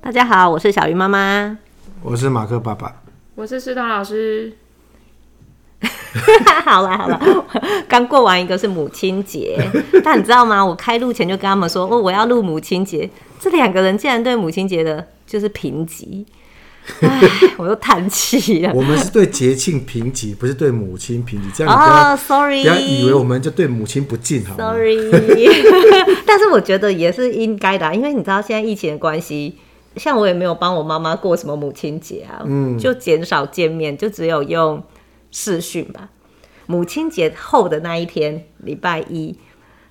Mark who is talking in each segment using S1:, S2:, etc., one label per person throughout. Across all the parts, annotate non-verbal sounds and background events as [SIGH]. S1: 大家好，我是小鱼妈妈。 [LAUGHS]
S2: 我是马克爸爸。
S3: 我是石头老师，
S1: 好啦好 [LAUGHS] 啦，刚过完一个是母亲节，但你知道吗？我开录前就跟他们说，哦，我要录母亲节。这两个人竟然对母亲节的就是评级，唉，我又叹气了。
S2: 我们是对节庆评级，不是对母亲评级。这样你不要、
S1: 哦、s o r r
S2: 不
S1: y
S2: 要以为我们就对母亲不敬，好吗？
S1: Sorry，但是我觉得也是应该的啊、因为你知道现在疫情的关系，像我也没有帮我妈妈过什么母亲节啊，
S2: 嗯
S1: 就减少见面，就只有用视讯吧。母亲节后的那一天，礼拜一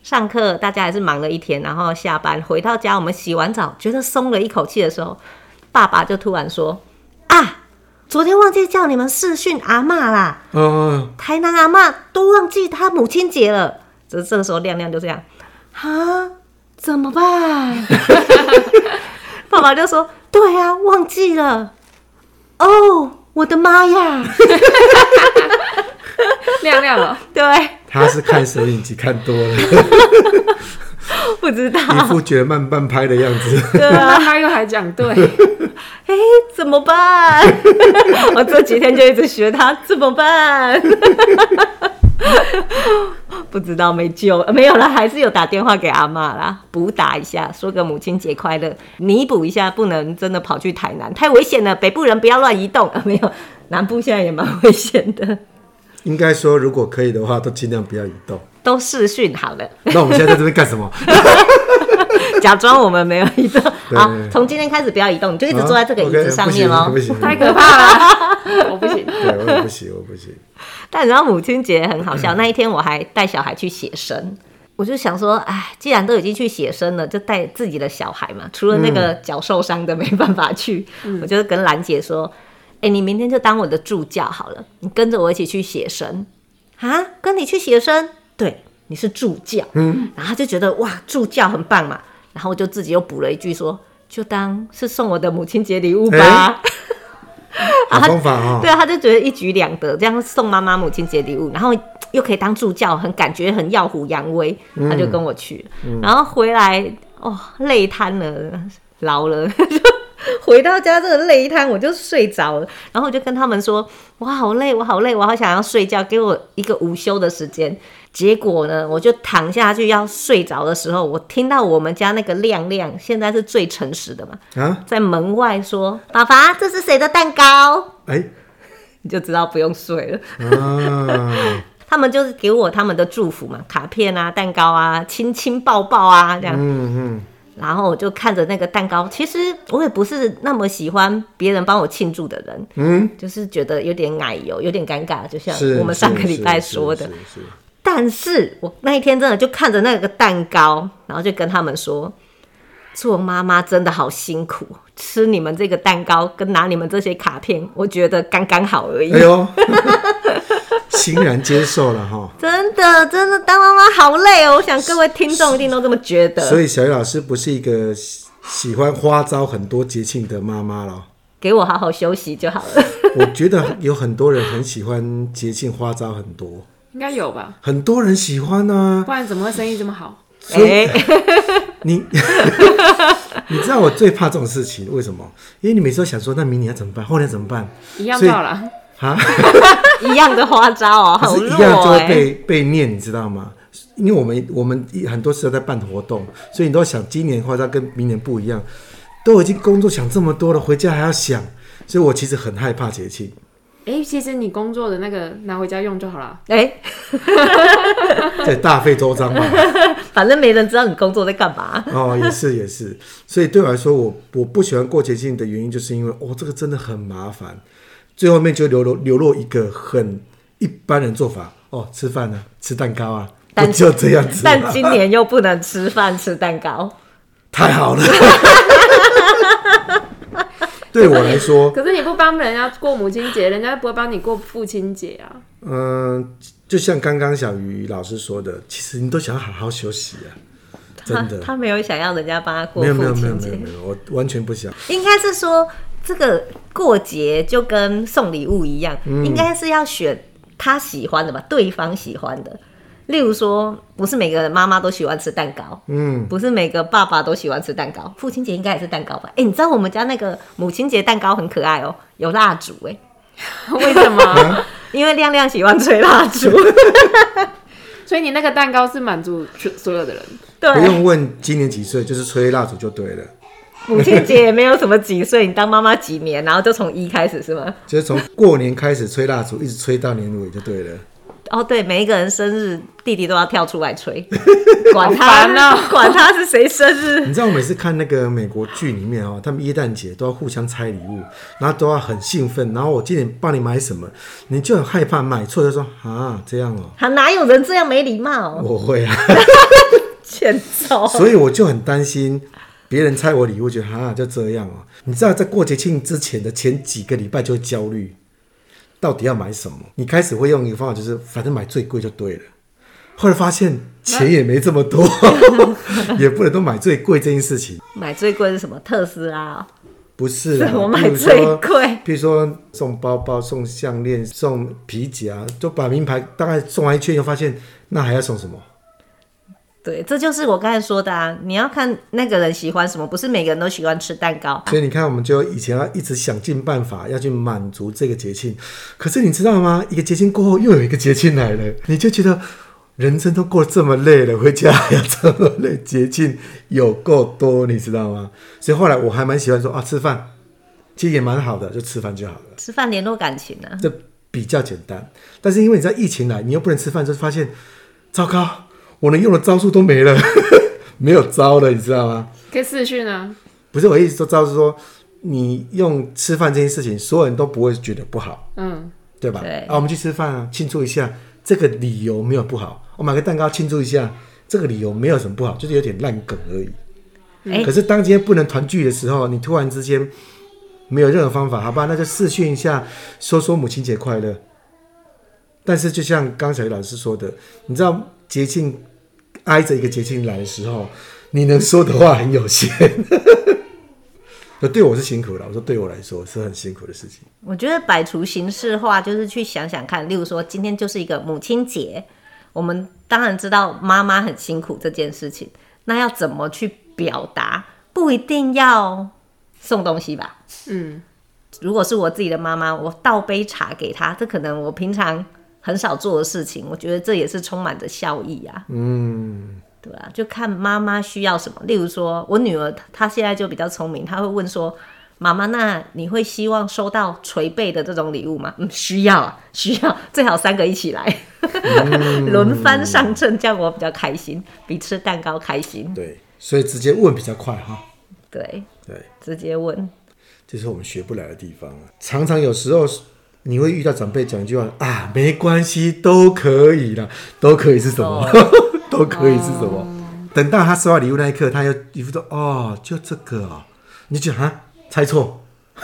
S1: 上课，大家还是忙了一天，然后下班回到家，我们洗完澡，觉得松了一口气的时候，爸爸就突然说：“啊，昨天忘记叫你们视讯阿妈啦。”
S2: 嗯，
S1: 台南阿嬷都忘记她母亲节了。这这个时候亮亮就这样，啊，怎么办？ [LAUGHS] 爸爸就说：“对啊，忘记了。”哦，我的妈呀！
S3: [LAUGHS] 亮哦亮 [LAUGHS] 了，
S1: [LAUGHS] 对，
S2: 他是看《神影集》看多了， [LAUGHS]
S1: 不知 [LAUGHS] 道，
S2: 一副觉得慢半拍的样子。 [LAUGHS]
S1: 对啊，
S3: 刚刚又还讲 [LAUGHS] 对，
S1: 哎，怎么办？ [LAUGHS] 我这几天就一直学他怎么办？ [LAUGHS] 不知道没救了，没有了，还是有打电话给阿妈啦，补打一下，说个母亲节快乐，弥补一下，不能真的跑去台南，太危险了，北部人不要乱移动。 [LAUGHS] 啊、没有，南部现在也蛮危险的，
S2: 应该说，如果可以的话，都尽量不要移动。
S1: 都视讯好了，
S2: 那我们现在在这边干什么？
S1: 假装我们没有移动。
S2: [LAUGHS] 对
S1: 好，从今天开始不要移动，你就一直坐在这个椅子上面
S2: 啊
S1: 哦。
S2: ，OK，不行，不
S3: 太
S1: [LAUGHS]
S2: 行，
S3: 可怕 [LAUGHS] 了，我不行。
S2: 对，我也不行，我不行。
S1: [LAUGHS] 但你知道母亲节很好笑，那一天我还带小孩去写生，我就想说，哎，既然都已经去写生了，就带自己的小孩嘛。除了那个脚受伤的没办法去，我就跟兰姐说，哎、你明天就当我的助教好了，你跟着我一起去写生啊，跟你去写生，对，你是助教，嗯，然后她就觉得哇，助教很棒嘛，然后我就自己又补了一句说，就当是送我的母亲节礼物吧。
S2: 哎好方法
S1: [LAUGHS]
S2: 哦
S1: 对。啊，他就觉得一举两得，这样送妈妈母亲节礼物，然后又可以当助教，很感觉很耀虎扬威，他就跟我去，然后回来哦，累瘫了，劳了。 [LAUGHS] 就回到家这个累一瘫，我就睡着了。然后我就跟他们说：“我好累，我好累，我好想要睡觉，给我一个午休的时间。”结果呢，我就躺下去要睡着的时候，我听到我们家那个亮亮，现在是最诚实的嘛，
S2: 啊，
S1: 在门外说：“爸爸，这是谁的蛋糕？”
S2: 哎、
S1: 你就知道不用睡了。
S2: 啊，
S1: 他们就是给我他们的祝福嘛，卡片啊、蛋糕啊、亲亲抱抱啊这样。
S2: 嗯嗯，
S1: 然后我就看着那个蛋糕，其实我也不是那么喜欢别人帮我庆祝的人，
S2: 嗯，
S1: 就是觉得有点奶油，有点尴尬，就像
S2: 是
S1: 我们上个礼拜说的
S2: 是。是是是
S1: 但是我那一天真的就看着那个蛋糕，然后就跟他们说，做妈妈真的好辛苦，吃你们这个蛋糕跟拿你们这些卡片，我觉得刚刚好而已。
S2: 哎呦， [LAUGHS] 欣然接受了哈。
S1: 真的，真的当妈妈好累哦！我想各位听众一定都这么觉得。
S2: [LAUGHS] 所以小鱼老师不是一个喜喜欢花招很多节庆的妈妈了。
S1: 给我好好休息就好了。
S2: 我觉得有很多人很喜欢节庆花招很多，
S3: 应该有吧，
S2: 很多人喜欢呢、
S3: [LAUGHS] 不然怎么会生意这么好？
S2: [LAUGHS] 所以
S1: 哎、
S2: 你 [LAUGHS] 你知道我最怕这种事情，为什么？因为你每次都想说，那明年要怎么办，后年怎么办
S3: 一样
S2: 所以
S3: 到了，
S2: 啊？
S1: 一样的花招哦，
S2: 可
S1: 好
S2: 是一
S1: 弱
S2: 样 [LAUGHS] 就会
S1: 哎、
S2: 被被念，你知道吗？因为我们我们一很多时候在办活动，所以你都要想今年花招跟明年不一样，都已经工作想这么多了，回家还要想，所以我其实很害怕节
S1: [LAUGHS]
S2: 庆。
S3: 哎、其实你工作的那个拿回家用就好了，
S1: 哎、
S2: 对，大费周章嘛。
S1: 哎反正没人知道你工作在干嘛。
S2: 哦，也是也是，所以对我来说，我我不喜欢过节庆的原因，就是因为哦，这个真的很麻烦。最后面就流落流落一个很一般人做法哦，吃饭啊，吃蛋糕啊，我
S1: 但
S2: 就这样子啊、
S1: 但今年又不能吃饭吃蛋糕，
S2: 太
S1: [LAUGHS]
S2: 好了。对我来说，
S3: 可是你不帮人家过母亲节，人家不会帮你过父亲节啊。
S2: 嗯、就像刚刚小鱼老师说的，其实你都想要好好休息啊，
S1: 他
S2: [LAUGHS] 真的。
S1: 他没有想要人家帮他过
S2: 没有没
S1: 父
S2: 有没有
S1: 亲
S2: 没
S1: 节，
S2: 有没有，我完全不想。
S1: 应该是说这个过节就
S2: 嗯
S1: 跟送礼物一样，应该是要选他喜欢的吧，对方喜欢的。例如说，不是每个妈妈都喜欢吃蛋糕，
S2: 嗯，
S1: 不是每个爸爸都喜欢吃蛋糕。父亲节应该也是蛋糕吧？哎、你知道我们家那个母亲节蛋糕很可爱哦、有蜡烛哎、
S3: [LAUGHS] 为什么？
S1: [LAUGHS] 因为亮亮喜欢吹蜡
S3: [LAUGHS]
S1: 烛，
S3: 所以你那个蛋糕是满足所所有的人，
S1: 对，
S2: 不用问今年几岁，就是吹蜡烛就对了，
S1: 母亲节也没有什么几岁，你当妈妈几年，然后就从一开始是吗？
S2: 就是从过年开始吹蜡烛，一直吹到年尾就对了。
S1: 哦，对，每一个人生日，弟弟都要跳出来
S3: [LAUGHS]
S1: 吹，管
S3: 好
S1: 他
S3: 烦
S1: 呢，
S3: 哦
S1: [LAUGHS] 管他是谁生日。
S2: 你知道我每次看那个美国剧里面哦，他们耶诞节都要互相拆礼物，然后都要很兴奋，然后我今年帮你买什么，你就很害怕买错，就说啊这样哦，
S1: 他哪有人这样没礼貌？
S2: [LAUGHS] 我会啊，
S1: 欠揍！
S2: 所以我就很担心别人拆我礼物，觉得啊就这样哦。你知道在过节庆之前的前几个礼拜就会焦虑，到底要买什么？你开始会用一个方法，就是反正买最贵就对了。后来发现钱也没这么
S1: [LAUGHS]
S2: 多， [LAUGHS] 也不能都买最贵这件事情。
S1: 买最贵是什么？特斯拉哦、
S2: 不是啦，
S1: 是我买
S2: 比如说
S1: 最贵
S2: 比如说送包包、送项链、送皮夹，就把名牌大概送完一圈，又发现那还要送什么？
S1: 对，这就是我刚才说的啊！你要看那个人喜欢什么，不是每个人都喜欢吃蛋糕。啊
S2: 所以你看，我们就以前要一直想尽办法要去满足这个节庆。可是你知道吗？一个节庆过后，又有一个节庆来了，你就觉得人生都过得这么累了，回家还要这么累，节庆有够多，你知道吗？所以后来我还蛮喜欢说啊，吃饭其实也蛮好的，就吃饭就好了。
S1: 吃饭联络感情啊，
S2: 这比较简单。但是因为你知道疫情来，你又不能吃饭，就发现糟糕，我能用的招数都没了， [LAUGHS] 没有招了，你知道吗？
S3: 可以试训啊。
S2: 不是我意思说招是说，你用吃饭这件事情，所有人都不会觉得不好，
S3: 嗯，
S2: 对吧？
S1: 对
S2: 啊，我们去吃饭啊，庆祝一下，这个理由没有不好。我买个蛋糕庆祝一下，这个理由没有什么不好，就是有点烂梗而已。
S1: 哎
S2: 可是当今天不能团聚的时候，你突然之间没有任何方法，好吧，那就视讯一下，说说母亲节快乐。但是就像刚才老师说的，你知道节庆挨着一个节庆来的时候，你能说的话很有限。 [LAUGHS] 那对我是辛苦了，我说对我来说是很辛苦的事情。
S1: 我觉得摆除形式化，就是去想想看，例如说今天就是一个母亲节，我们当然知道妈妈很辛苦这件事情，那要怎么去表达？不一定要送东西吧。
S3: 嗯，
S1: 如果是我自己的妈妈，我倒杯茶给她，这可能我平常很少做的事情，我觉得这也是充满着笑意啊。
S2: 嗯，
S1: 对啊，就看妈妈需要什么。例如说，我女儿她她现在就比较聪明，她会问说：“妈妈，那你会希望收到捶背的这种礼物吗？” [LAUGHS] 嗯，需要啊，需要，最好三个一起来，轮番上阵，这样我比较开心，比吃蛋糕开心。
S2: 对，所以直接问比较快哈。
S1: 对，
S2: 对，
S1: 直接问，
S2: 这是我们学不来的地方啊。常常有时候你会遇到长辈讲一句话啊，没关系，都可以啦，都可以是什么？ [LAUGHS] 都可以是什么？等到他收到礼物那一刻，他又一副说哦，就这个哦，你就觉得啊，猜错， [LAUGHS]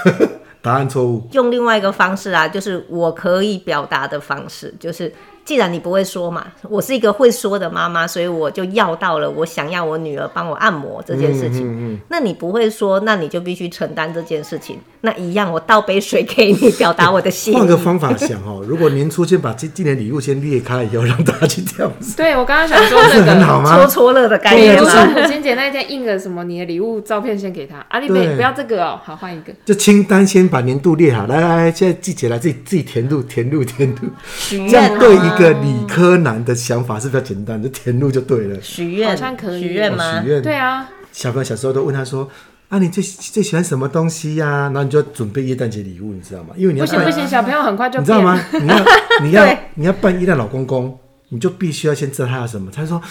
S2: 答案错误。
S1: 用另外一个方式啊，就是我可以表达的方式，就是既然你不会说嘛，我是一个会说的妈妈，所以我就要到了我想要我女儿帮我按摩这件事
S2: 嗯
S1: 情。那你不会说，那你就必须承担这件事情。那一样，我倒杯水给你，表达我的谢
S2: 换个
S1: 意。
S2: 方法想哦，如果年初先把今今年礼物先列开，以后让大家去挑，不是
S3: 对我刚刚想说
S2: 不是 [LAUGHS]
S3: 这
S2: 很
S3: 个。
S2: 好
S1: 戳
S2: 吗？
S1: 戳乐的概
S3: 哎
S1: 念
S3: 就
S1: 吗
S3: 是母亲节那一天印个什么你的礼物照片先给他，啊，你
S2: 对
S3: 没不要这个哦，好换一个。
S2: 就清单先把年度列好，来来来，现在季节来，自己自己填入填入填入。
S1: 许
S2: 这
S1: 愿
S2: 样对
S1: 吗
S2: 一个理科男的想法是比较简单，就填入就对了。
S1: 许愿
S3: 好像可以
S1: 许愿
S2: 哦
S1: 吗
S2: 许？愿，
S3: 对啊，
S2: 小朋友小时候都问他说：“啊，你最最喜欢什么东西呀、然后你就要准备耶诞节礼物，你知道吗？因为你要
S3: 不行
S2: 扮
S3: 不行，小朋友很快就
S2: 哎你知道
S3: 变
S2: 吗
S3: 了。？
S2: 你要你要
S1: 对
S2: 你要扮一诞老公公，你就必须要先知道他要什么。他说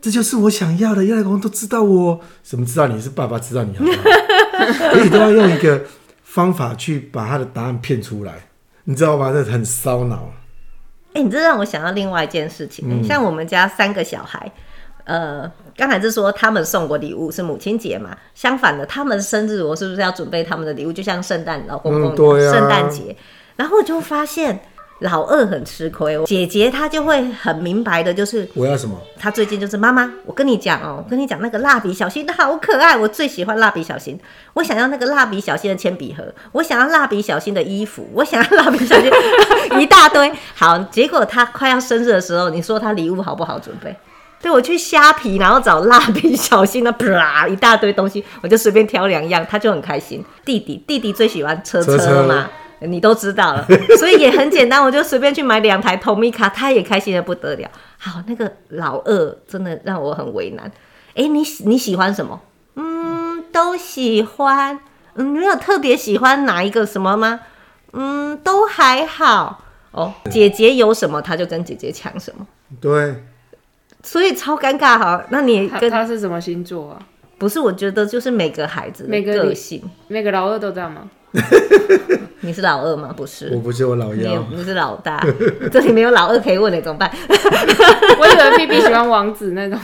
S2: 这就是我想要的，一诞老公公都知道我，什么知道你是爸爸，知道你好不好？而且都要用一个方法去把他的答案骗出来，你知道吗？这很烧脑。
S1: 哎、你这让我想到另外一件事
S2: 嗯
S1: 情、欸像我们家三个小孩，呃，刚才是说他们送我礼物是母亲节嘛，相反的，他们生日我是不是要准备他们的礼物，就像圣诞老公公
S2: 嗯对
S1: 一样
S2: 啊
S1: 圣诞节，然后我就发现老二很吃亏，姐姐她就会很明白的，就是
S2: 我要什么？
S1: 她最近就是妈妈，我跟你讲哦，我跟你讲那个蜡笔小新好可爱，我最喜欢蜡笔小新，我想要那个蜡笔小新的铅笔盒，我想要蜡笔小新的衣服，我想要蜡笔小新一大堆。好，结果她快要生日的时候，你说她礼物好不好准备？对我去虾皮，然后找蜡笔小新的，啪一大堆东西，我就随便挑两样，她就很开心。弟弟，弟弟最喜欢车
S2: 车车
S1: 嘛。你都知道
S2: [LAUGHS]
S1: 了，所以也很简单，我就随便去买两台 Tomica，他也开心的不得了。好，那个老二真的让我很为难。哎、你喜你喜欢什么？嗯，都喜欢。嗯，你有特别喜欢哪一个什么吗？嗯，都还好。哦，姐姐有什么他就跟姐姐抢什么，
S2: 对，
S1: 所以超尴尬哈。那你
S3: 他
S1: 跟
S3: 他是什么星座啊？
S1: 不是？我觉得就是每个孩子的
S3: 每个
S1: 个
S3: 你
S1: 性。
S3: 每个老二都这样吗？ [LAUGHS]
S1: 你是老二吗？不是，
S2: 我不是我老
S1: 你也
S2: 幺，
S1: 不是老大， [LAUGHS] 这里没有老二可以问的，怎么办？ [LAUGHS]
S3: 我以为 B B 喜欢王子那种，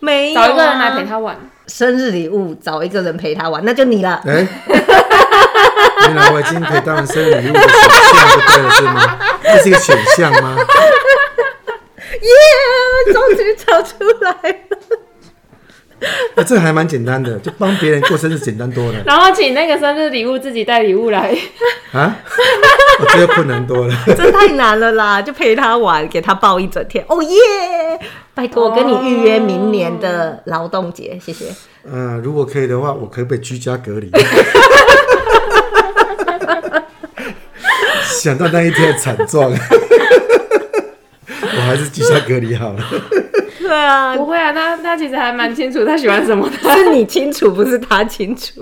S1: 没有、啊，
S3: 找一个人来陪。他玩。
S1: 生日礼物找一个人陪他玩，那就你了。
S2: 哎、 [LAUGHS] 原来我已经可以当成生日礼物的选项，就对了，是吗？这是一个选项吗？
S1: 耶、终于找出来了。 [LAUGHS]
S2: 那、这还蛮简单的，就帮别人过生日简单多了
S3: 然后请那个生日礼物自己带礼物来，
S2: 啊！我觉得困难多了。
S1: 这太难了啦，就陪他玩，给他抱一整天。哦耶！拜托，我跟你预约明年的劳动节，谢
S3: 哦
S1: 谢。
S2: 嗯、如果可以的话，我可不可以居家隔离？想到那一天的惨状， [LAUGHS] 我还是居家隔离好了。
S1: 对啊，
S3: [LAUGHS] 不会啊，他他其实还蛮清楚他喜欢什 [LAUGHS] 么的，
S1: 是你清楚，不是他清楚。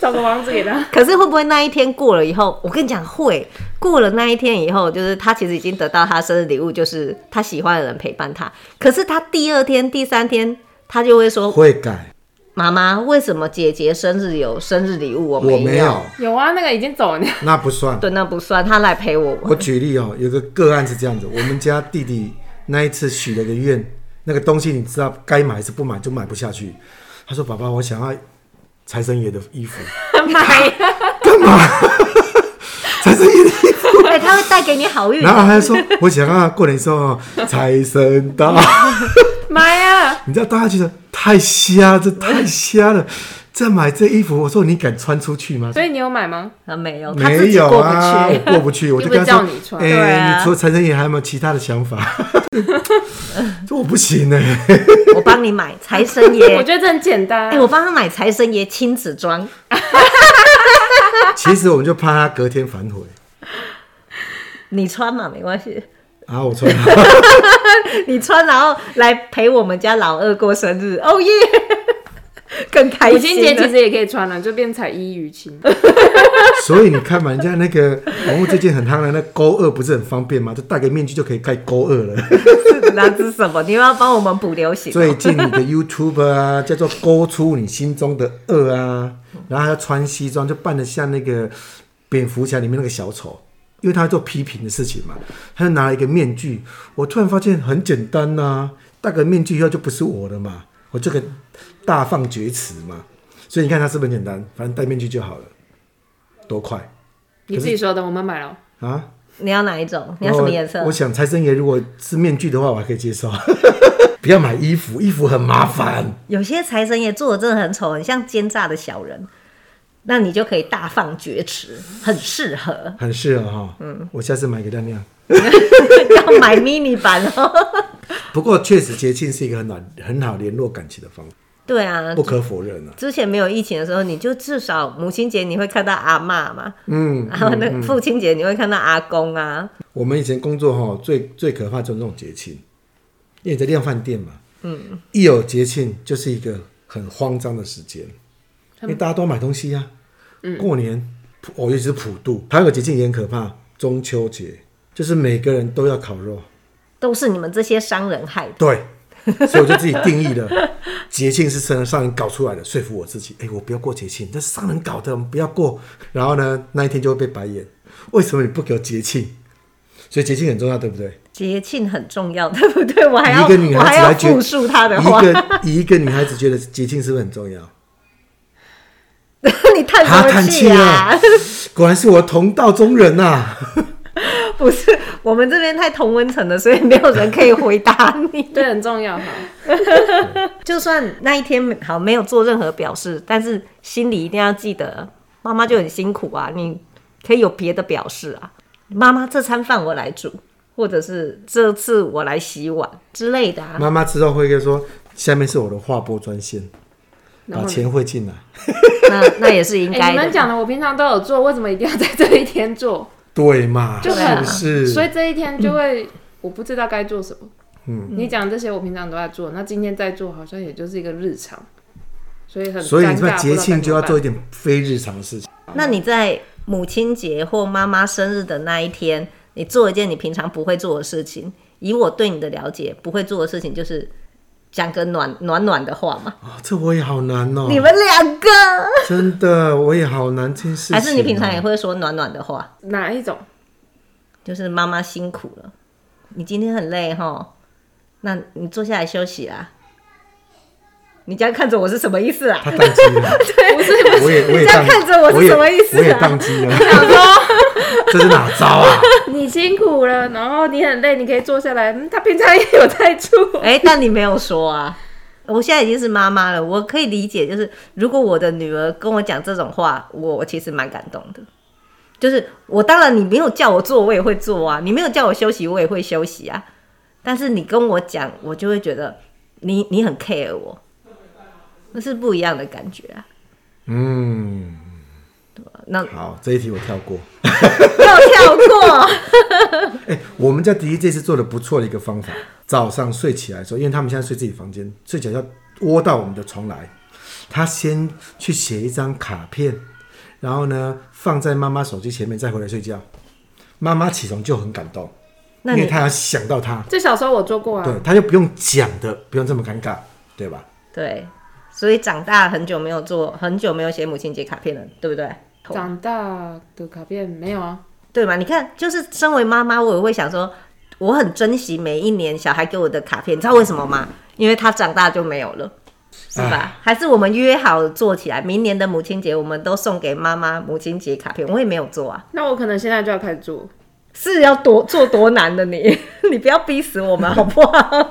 S3: 找个王子给他。
S1: 可是会不会那一天过了以后，我跟你讲会过了那一天以后，就是他其实已经得到他生日礼物，就是他喜欢的人陪伴他。可是他第二天、第三天，他就会说
S2: 会改，：“
S1: 妈妈，为什么姐姐生日有生日礼物，我没
S2: 我没有，
S3: 有啊，那个已经走了，
S2: 那不算。
S1: 对，那不算，他来陪我玩。
S2: 我举例哦，有个个案是这样子，我们家弟弟那一次许了个愿，那个东西你知道该买还是不买就买不下去。他说：“爸爸，我想要财神爷的衣服。
S3: [LAUGHS] 买”啊
S2: [LAUGHS] 财神爷的衣服，
S1: [LAUGHS] 哎、他会带给你好运
S2: 然。后他就说：“我想要过年的时候哦财神到。”
S3: 买啊！
S2: 你知道大家觉得太瞎，这太瞎了。再买这衣服，我说你敢穿出去吗？
S3: 所以你有买吗？
S1: 他啊没有，他自
S2: 没
S1: 己
S2: 有
S1: 过不
S2: 啊，
S1: 去。
S2: 我过不去，我就跟
S3: 又
S2: 他
S3: 不
S2: 说
S3: 叫你：“穿
S2: 哎、
S1: 对啊
S2: 你除了财神爷还有没有其他的想法？” [LAUGHS] 这我不行欸呢、
S1: 我帮你买财神
S2: [LAUGHS]
S1: 爷，
S3: 我
S1: 哎、
S3: 觉得这很简单。
S1: 我帮他买财神爷亲子装。
S2: 其实我们就怕他隔天反悔
S1: 你穿嘛，没关系。
S2: 啊！我穿，
S1: [LAUGHS] 你穿，然后来陪我们家老二过生日，哦耶， [LAUGHS] 更开
S3: 母
S1: 心
S3: 亲
S1: 了。
S3: 节其实也可以穿啊了，就变彩衣娱 [LAUGHS] 亲。
S2: [LAUGHS] 所以你看嘛，人家那个网络最近很夯的那勾二不是很方便吗？就戴个面具就可以盖勾二了。
S1: 是那是什么？你又要帮我们补流行？哦
S2: 最近你的 YouTube 啊，叫做勾出你心中的二啊，然后还要穿西装，就扮得像那个蝙蝠侠里面那个小丑。因为他做批评的事情嘛，他就拿了一个面具，我突然发现很简单呐、戴个面具以后就不是我了嘛，我就可以大放厥词嘛，所以你看他是不是很简单，反正戴面具就好了，多快！
S3: 你自己说的，我们买了。
S2: 啊，
S1: 你要哪一种？你要什么颜色
S2: 我？我想财神爷如果是面具的话，我还可以接受。 [LAUGHS] 不要买衣服，衣服很麻烦。
S1: 有些财神爷做的真的很丑，很像奸诈的小人，那你就可以大放厥词，很适合。 [LAUGHS]
S2: 很适合哈，嗯，我下次买给亮亮。
S1: 要买 mini 版哦。 [LAUGHS]
S2: 不过确实节庆是一个很好很好联络感情的方法，
S1: 对啊
S2: 不，可否认啊。
S1: 之前没有疫情的时候，你就至少母亲节你会看到阿嬷嘛，
S2: 嗯，
S1: 然后那父亲节你会看到阿公啊，
S2: 我们以前工作哈，最最可怕就是这种节庆，因为你在量饭店嘛，嗯，一有节庆就是一个很慌张的时间，因为大家都要买东西呀、嗯，过年，普哦，尤其是普渡，还有个节庆也很可怕，中秋节，就是每个人都要烤肉，
S1: 都是你们这些商人害的。
S2: 对，所以我就自己定义了，节庆是商商人搞出来的，说服我自己，哎、我不要过节庆，那是商人搞的，我们不要过。然后呢，那一天就会被白眼，为什么你不给我节庆？所以节庆很重要，对不对？
S1: 节庆很重要，对不对？我还要
S2: 一个女
S1: 我还
S2: 孩子
S1: 要
S2: 来觉
S1: 复述他的话 [LAUGHS]
S2: 一，个 [LAUGHS] 以一个女孩子觉得节庆是不是很重要？
S1: 你叹什
S2: 她
S1: 么
S2: 叹气
S1: 啊？
S2: 了，果然是我同道中人呐、
S1: [LAUGHS]
S2: [LAUGHS]
S1: 不是我们这边太同温层了，所以没有人可以回答你。 [LAUGHS]
S3: 对，很重要哈。
S1: 就算那一天好没有做任何表示，但是心里一定要记得，妈妈就很辛苦啊，你可以有别的表示啊，妈妈这餐饭我来煮，或者是这次我来洗碗之类的啊。
S2: 妈妈之后会跟说，下面是我的划拨专线，把钱汇进来。
S1: 那那也是应
S3: 哎、
S1: 该
S3: [LAUGHS] 你
S1: 的。
S3: 们讲的我平常都有做，为什么一定要在这一天做？
S2: 对嘛？
S3: 就是
S2: 不是？
S3: 所以这一天就会、我不知道该做什么。
S2: 嗯，
S3: 你讲这些我平常都在做，那今天在做好像也就是一个日常，所以很
S2: 所以
S3: 尴
S2: 你们
S3: 尬。
S2: 节庆就要做一
S3: 不知道
S2: 点非日常的事情。
S1: 那你在母亲节或妈妈生日的那一天，你做一件你平常不会做的事情。以我对你的了解，不会做的事情就是讲个暖暖暖的话嘛。
S2: 啊，这我也好难哦、
S1: 你们两个，
S2: 真的我也好难这件事情
S1: [LAUGHS]
S2: 哦、
S1: 还是你平常也会说暖暖的话，
S3: 该怎么办哪一种 [LAUGHS]
S1: 就是妈妈辛苦了，你今天很累哈，那你坐下来休息啦。你这样看着我是什么意思啊？
S2: 他宕机
S1: [LAUGHS]
S2: 了，
S3: 不是不是
S2: 我也我也
S1: 你这样
S2: 宕
S1: 看着我是
S2: 也
S1: 什么意思啊
S2: 我也宕机
S1: [LAUGHS]
S2: 了，这是哪招啊？
S3: 你辛苦了，然后你很累，你可以坐下来。嗯，他平常也有
S2: [LAUGHS]
S3: 在
S1: [LAUGHS]
S3: 做。
S1: 哎、但你没有说啊。我现在已经是妈妈了，我可以理解，就是如果我的女儿跟我讲这种话，我我其实蛮感动的。就是我当然你没有叫我做，我也会做啊；你没有叫我休息，我也会休息啊。但是你跟我讲，我就会觉得你你很 care 我，那是不一样的感觉啊。
S2: 嗯，
S1: 那
S2: 好，这一题我跳过。
S1: 又跳过，
S2: 哎、我们家迪迪这次做的不错的一个方法，早上睡起来的时候，因为他们现在睡自己房间，睡起来要窝到我们的床来，他先去写一张卡片，然后呢放在妈妈手机前面，再回来睡觉。妈妈起床就很感动，
S1: 那
S2: 因为
S1: 你
S2: 她要想到他，
S3: 这小时候我做过啊，
S2: 对，他就不用讲的，不用这么尴尬，对吧？
S1: 对，所以长大很久没有做，很久没有写母亲节卡片了，对不对？
S3: 长大的卡片没有啊，
S1: 对嘛？你看，就是身为妈妈，我也会想说，我很珍惜每一年小孩给我的卡片，你知道为什么吗？因为他长大就没有了，是吧？还是我们约好做起来，明年的母亲节我们都送给妈妈母亲节卡片，我也没有做啊，
S3: 那我可能现在就要开始做。
S1: 是要多做多难的你， [LAUGHS] 你不要逼死我 [LAUGHS] 们好不好？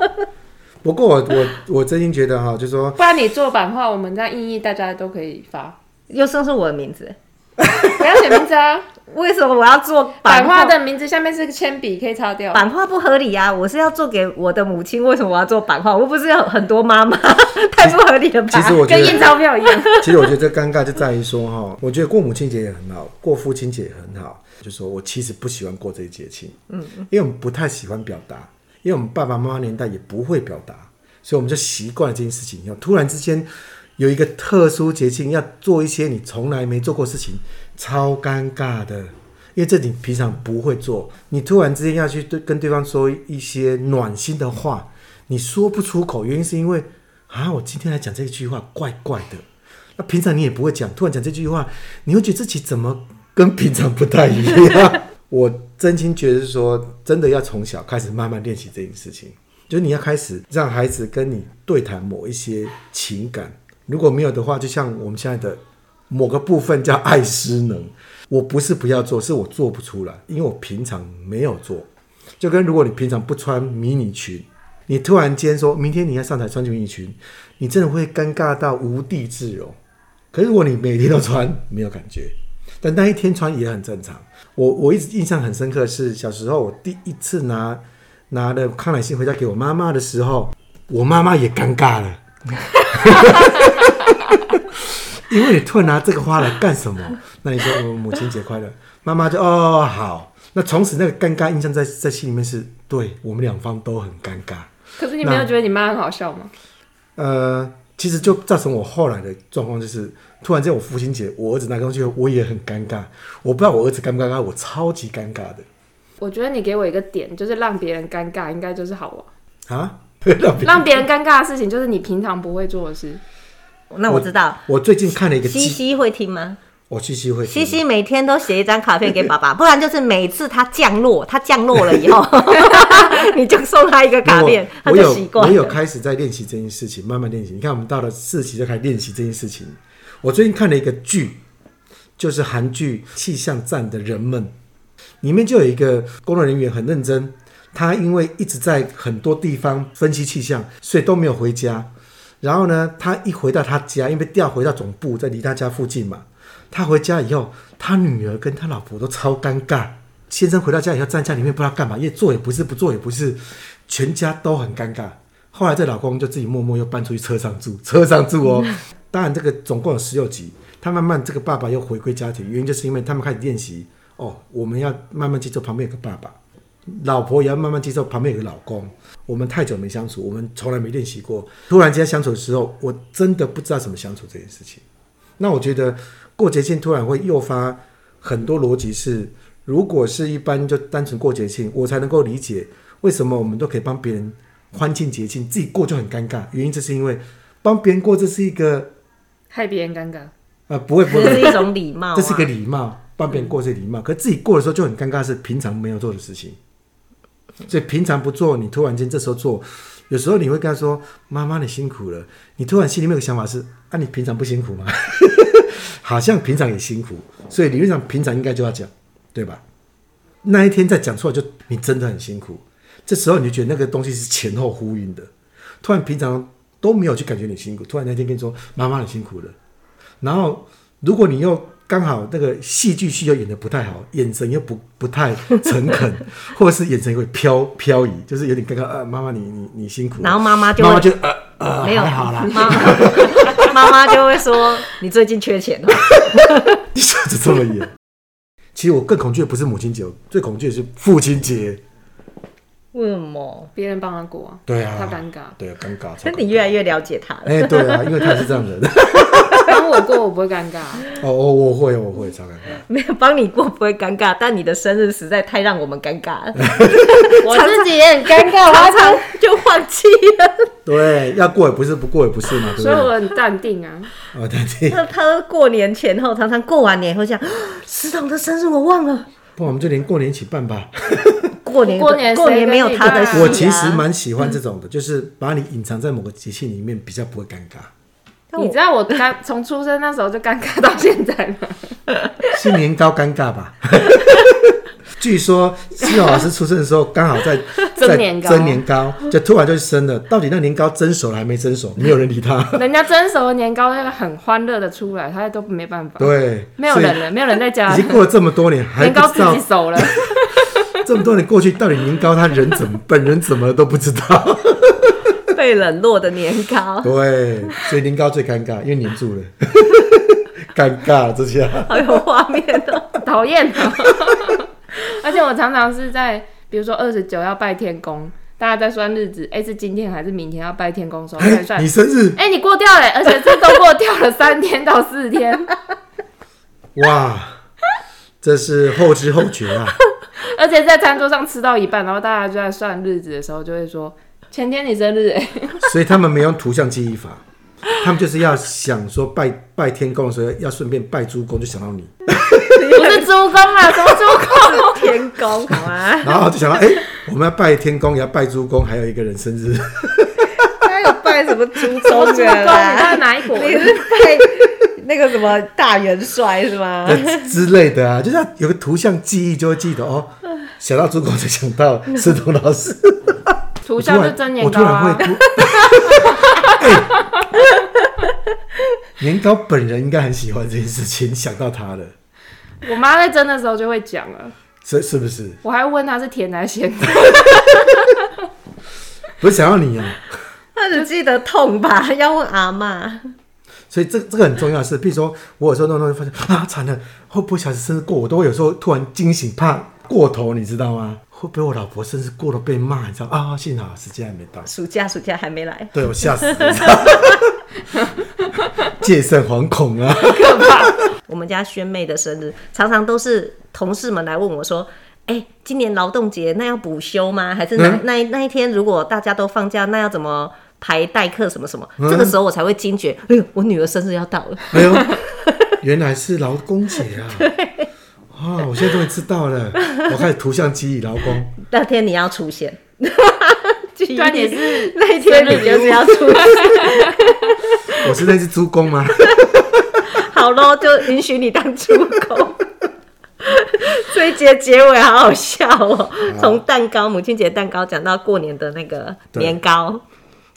S2: 不过我我我真心觉得哈，就说
S3: 不然你做版画，我们这样印一，大家都可以发。
S1: 又送是我的名字，
S3: 不要写名字
S2: [LAUGHS]
S3: 啊，
S1: 为什么我要做
S3: 版
S1: 版
S3: 画
S1: 画？
S3: 的名字下面是个铅笔，可以擦掉。
S1: 版画不合理啊！我是要做给我的母亲，为什么我要做版画？我又不是有很多妈妈， [LAUGHS] 太不合理了吧？
S2: 其实我觉
S3: 跟
S2: 得
S3: 印，钞票一样。
S2: [LAUGHS] 其实我觉得这尴尬就在于说哈，我觉得过母亲节也很好，过父亲节也很好。就说我其实不喜欢过这些节庆，嗯，因为我们不太喜欢表达，因为我们爸爸妈妈年代也不会表达，所以我们就习惯了这件事情以后，突然之间有一个特殊节庆要做一些你从来没做过的事情，超尴尬的。因为这你平常不会做，你突然之间要去对跟对方说一些暖心的话，你说不出口，原因是因为啊，我今天来讲这句话怪怪的，那平常你也不会讲，突然讲这句话，你会觉得自己怎么跟平常不太一样？ [LAUGHS] 我真心觉得是说，真的要从小开始慢慢练习这件事情，就是你要开始让孩子跟你对谈某一些情感，如果没有的话，就像我们现在的某个部分叫爱失能，我不是不要做，是我做不出来，因为我平常没有做。就跟如果你平常不穿迷你裙，你突然间说明天你要上台穿迷你裙，你真的会尴尬到无地自容。可是如果你每天都穿，没有感觉，但那一天穿也很正常。我我一直印象很深刻的是小时候我第一次拿拿了康乃馨回家给我妈妈的时候，我妈妈也尴尬了。因为你突然拿这个花来干什么？那你说我母亲节快乐，妈妈就哦好。那从此那个尴尬印象在在心里面是对我们两方都很尴尬。
S3: 可是你没有觉得你妈很好笑吗？
S2: 呃，其实就造成我后来的状况就是，突然间我父亲节，我儿子拿东西，我也很尴尬。我不知道我儿子尴不尴尬，我超级尴尬的
S3: 我觉得你给我一个点，就是让别人尴尬，应该就是好玩。
S2: 啊！ [LAUGHS] 让别
S3: 让别人尴尬的事情，就是你平常不会做的事。
S1: 那我知道，
S2: 我最近看了一个
S1: 西
S2: 鸡，
S1: 西会听吗？
S2: 我西西会听
S1: 西西每天都写一张卡片给爸爸，不然就是每次他降落，他降落了以后，你就送他一个卡片，
S2: 我
S1: 他
S2: 我
S1: 就
S2: 有
S1: 习
S2: 我
S1: 惯
S2: 有
S1: 了。
S2: 开始在练习这件事情，慢慢练习。你看，我们到了四期就开始练习这件事情。我最近看了一个剧，就是韩剧《气象站的人们》，里面就有一个工作人员很认真，他因为一直在很多地方分析气象，所以都没有回家。然后呢，他一回到他家，因为调回到总部，在离他家附近嘛。他回家以后，他女儿跟他老婆都超尴尬。先生回到家以后，站家里面不知道干嘛，也做也不是，不做也不是，全家都很尴尬。后来这老公就自己默默又搬出去车上住，车上住哦。当然，这个总共有十六集，他慢慢这个爸爸又回归家庭，原因就是因为他们开始练习哦，我们要慢慢接受旁边有个爸爸，老婆也要慢慢接受旁边有个老公。我们太久没相处，我们从来没练习过，突然间相处的时候，我真的不知道怎么相处这件事情。那我觉得过节庆突然会诱发很多逻辑是，如果是一般就单纯过节庆，我才能够理解为什么我们都可以帮别人欢庆节庆，自己过就很尴尬。原因就是因为帮别人过，这是一个
S3: 害别人尴尬。
S2: 呃，不会不
S1: 这
S2: 会，
S1: 是一种礼貌、啊，
S2: 这是一个礼貌，帮别人过是礼貌，可自己过的时候就很尴尬，是平常没有做的事情。所以平常不做，你突然间这时候做，有时候你会跟他说：“妈妈，你辛苦了。”你突然心里面有个想法是：“啊，你平常不辛苦吗？” [LAUGHS] 好像平常也辛苦，所以理论上平常应该就要讲，对吧？那一天再讲出来就，你真的很辛苦。这时候你就觉得那个东西是前后呼应的，突然平常都没有去感觉你辛苦，突然那天跟你说：“妈妈，你辛苦了。”然后如果你又刚好那个戏剧戏又演的不太好，眼神又不不太诚恳，
S1: [LAUGHS]
S2: 或者是眼神会飘飘移，就是有点尴尬。呃，妈妈你你你辛苦了，
S1: 然后妈妈就
S2: 妈妈
S1: 会
S2: 就呃呃
S1: 没有
S2: 还好啦，
S1: [LAUGHS]
S2: [LAUGHS]
S1: 妈妈妈就会说你最近缺钱了，哦
S2: 你说的这么严。其实我更恐惧的不是母亲节，我最恐惧的是父亲节。
S1: 为什么？
S3: 别人帮他过啊，
S2: 对啊，
S3: 他尴尬。
S2: 对，尴尬。超
S1: 那
S2: 尴
S1: 你
S2: 尬
S1: 越来越了解他了。
S2: 哎，对啊，因为他是这样的人。
S3: 帮我过我不会尴
S2: [LAUGHS]
S3: 尬，
S2: 哦，我我会，我会超尴尬。
S1: 没有帮你过不会尴尬，但你的生日实在太让我们尴尬了，
S3: 我自己也很尴尬，
S1: 常常就放弃了。
S2: 对，要过也不是，不过也不是嘛，对不
S3: 所
S2: 对
S3: 以？我很淡定啊。
S2: 哦，对
S3: [LAUGHS]
S2: 对。
S1: 那他过年前后，常常过完年以后想， [GASPS] 石彤的生日我忘了，
S2: 不，我们就连过年一起办吧。
S1: 过年
S3: 过年谁
S1: 过年没有他的
S3: 跟
S1: 戏、啊。
S3: 你
S2: 我其实，蛮喜欢这种的，就是把你隐藏在某个节气里面，比较不会尴尬。 [LAUGHS]
S1: 但我
S3: 你知道我刚从出生那时候就尴尬到现在吗？
S2: [LAUGHS] 是年糕尴尬吧？ [LAUGHS] 据说西老师出生的时候，刚好在
S3: [LAUGHS] 蒸
S2: 在
S3: 年糕
S2: 蒸年糕，就突然就生了。到底那年糕蒸熟了还没蒸熟？没有人理他。
S3: [LAUGHS] 人家蒸熟的年糕那个很欢乐的出来，他都没办法，
S2: 对，
S3: 没有人了，没有人在家
S2: 所以已
S3: 了，
S2: 经过了这么多年，还
S3: 年
S2: 不
S3: 糕
S2: 知
S3: 自
S2: 道
S3: 己熟了。
S2: 这么多年过去，到底年糕他人怎么本人怎么了都不知道。
S1: 被冷落的年糕，
S2: [LAUGHS] 对，所以年糕最尴尬，因为黏住了， [LAUGHS] 尴尬了这下。
S1: 好有画面哦、 [LAUGHS]
S3: 讨厌。 [LAUGHS] 而且我常常是在，比如说二十九要拜天公，大家在算日子，哎、是今天还是明天要拜天公的时候才哦算
S2: 你。生日
S3: 哎、你过掉了，而且这都过掉了三天 [LAUGHS] 到四天，
S2: 哇，这是后知后觉啊。
S3: 而且在餐桌上吃到一半，然后大家就在算日子的时候就会说。前天你生日、哎，
S2: 所以他们没用图像记忆法，他们就是要想说拜拜天公的时候，要顺便拜猪公，就想到你，
S3: 不是猪
S2: [LAUGHS]
S3: 公啊，什么猪公？
S1: 天公好吗？
S2: 然后就想到哎、诶我们要拜天公，也要拜猪公，还有一个人生日，
S1: 他有拜什么猪
S3: 猪
S1: 公
S3: 公，你
S1: 的
S3: 到底
S1: 啦？
S3: 哪一国的？
S1: 你是拜那个什么大元帅是吗？
S3: 哦
S2: [LAUGHS] 之类的啊，就是要有个图像记忆，就会记得哦，想到猪公才想到司徒老师，
S3: 图
S2: 我突
S3: 像就
S2: 然
S3: 蒸
S2: 我
S3: 年
S2: 突
S3: 糕
S2: 然
S3: 啊
S2: 会，突。
S3: [LAUGHS]
S2: 哎年糕本人应该很喜欢这件事情，想到他了，
S3: 我妈在蒸的时候就会讲了，
S2: 是是不是？
S3: 我还问她是甜还是咸的，
S2: 不是想到你啊，
S1: 他只记得痛吧，要问阿妈。
S2: 所以这这个很重要的是，比如说我有时候弄弄发现啊，惨了，会不会小孩子生日过，我都会有时候突然惊醒，怕过头，你知道吗？会不会我老婆生日过了被骂，你知道啊？幸好时间还没
S3: [LAUGHS]
S2: 到， [LAUGHS]
S1: 暑假暑假还没来，
S2: 对我吓死了，你知道吗戒慎惶恐啊！
S1: 我们家萱妹的生日常常都是同事们来问我说：“哎、今年劳动节那要补休吗？还是那、
S2: 嗯
S1: 那那一天如果大家都放假，那要怎么排代课什么什么？”
S2: 嗯
S1: 这个时候我才会惊觉，哎呦，我女儿生日要到了。
S2: 哎呦， [LAUGHS] 原来是劳工节啊！啊，我现在终于知道了，我开始图像记忆劳工。
S1: 那天你要出现，
S3: [LAUGHS]
S1: 对
S3: 对啊你是
S1: [LAUGHS] 那一天你就是要出 [LAUGHS] 现。
S2: 我是那只猪公吗？ [LAUGHS]
S1: [LAUGHS] 好咯，就允许你当出口。这一节结尾好好笑哦，从蛋糕母亲节蛋糕讲到过年的那个
S2: 对
S1: 年糕，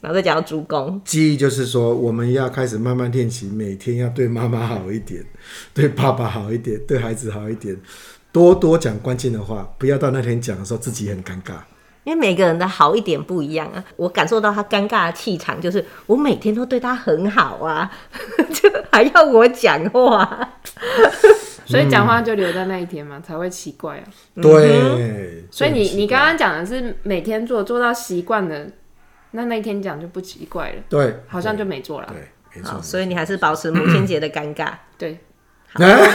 S1: 然后再讲到猪公。
S2: 记忆就是说，我们要开始慢慢练习，每天要对妈妈好一点，对爸爸好一点，对孩子好一点，多多讲关键的话，不要到那天讲的时候自己很尴尬。
S1: 因为每个人的好一点不一样啊，我感受到他尴尬的气场，就是我每天都对他很好啊， [LAUGHS] 就还要我讲话，
S2: [LAUGHS]
S3: 所以讲话就留在那一天嘛，才会奇怪啊。
S2: 对，
S3: 所以你
S2: 很奇
S3: 你
S2: 怪
S3: 刚刚讲的是每天做做到习惯了，那那一天讲就不奇怪了，
S2: 对，
S3: 好像就没做了
S2: 对。对，没
S1: 好，
S2: 错。
S1: 所以你还是保持母亲节的尴尬。
S3: 对，
S2: 哎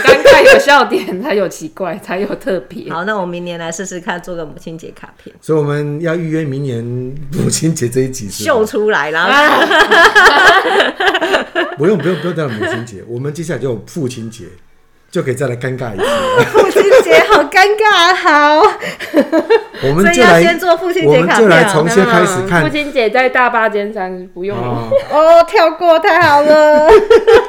S3: 尴尬有笑点才有奇怪，才有特
S2: 嗯
S3: 别。
S1: 好，那我明年来试试看，做个母亲节卡片，
S2: [LAUGHS] 所以我们要预约明年母亲节这一集是啊
S1: 秀
S2: 吗？
S1: 出来，然
S2: [LAUGHS]
S1: 后
S3: 啊，
S2: 不用不用不用等到母亲
S1: [LAUGHS]
S2: 节，我们接下来就有父亲节，就可以再来尴
S1: [LAUGHS]
S2: 尬一次。
S1: 父亲节好尴尬，好，
S2: 我们
S1: 所以
S2: 就
S1: 要
S2: 来
S1: 先做父亲节
S2: 我们
S1: 卡
S2: 就来
S1: 片啊
S2: 从现在开始
S3: 父
S2: 看。
S3: 亲节在大巴尖山不用了。
S2: 哦，
S1: 哦，跳过太好了，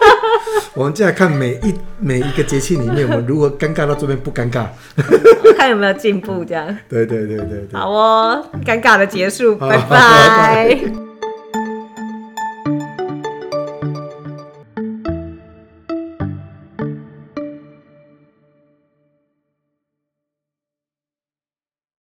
S1: [LAUGHS]
S2: 我们就来看每一每一个节气里面，我们如何尴尬到这边不尴尬。
S1: 看有没有进步这样。
S2: 对对对对对。
S1: 好哦，尴尬的结束，拜
S2: 好拜
S1: 拜。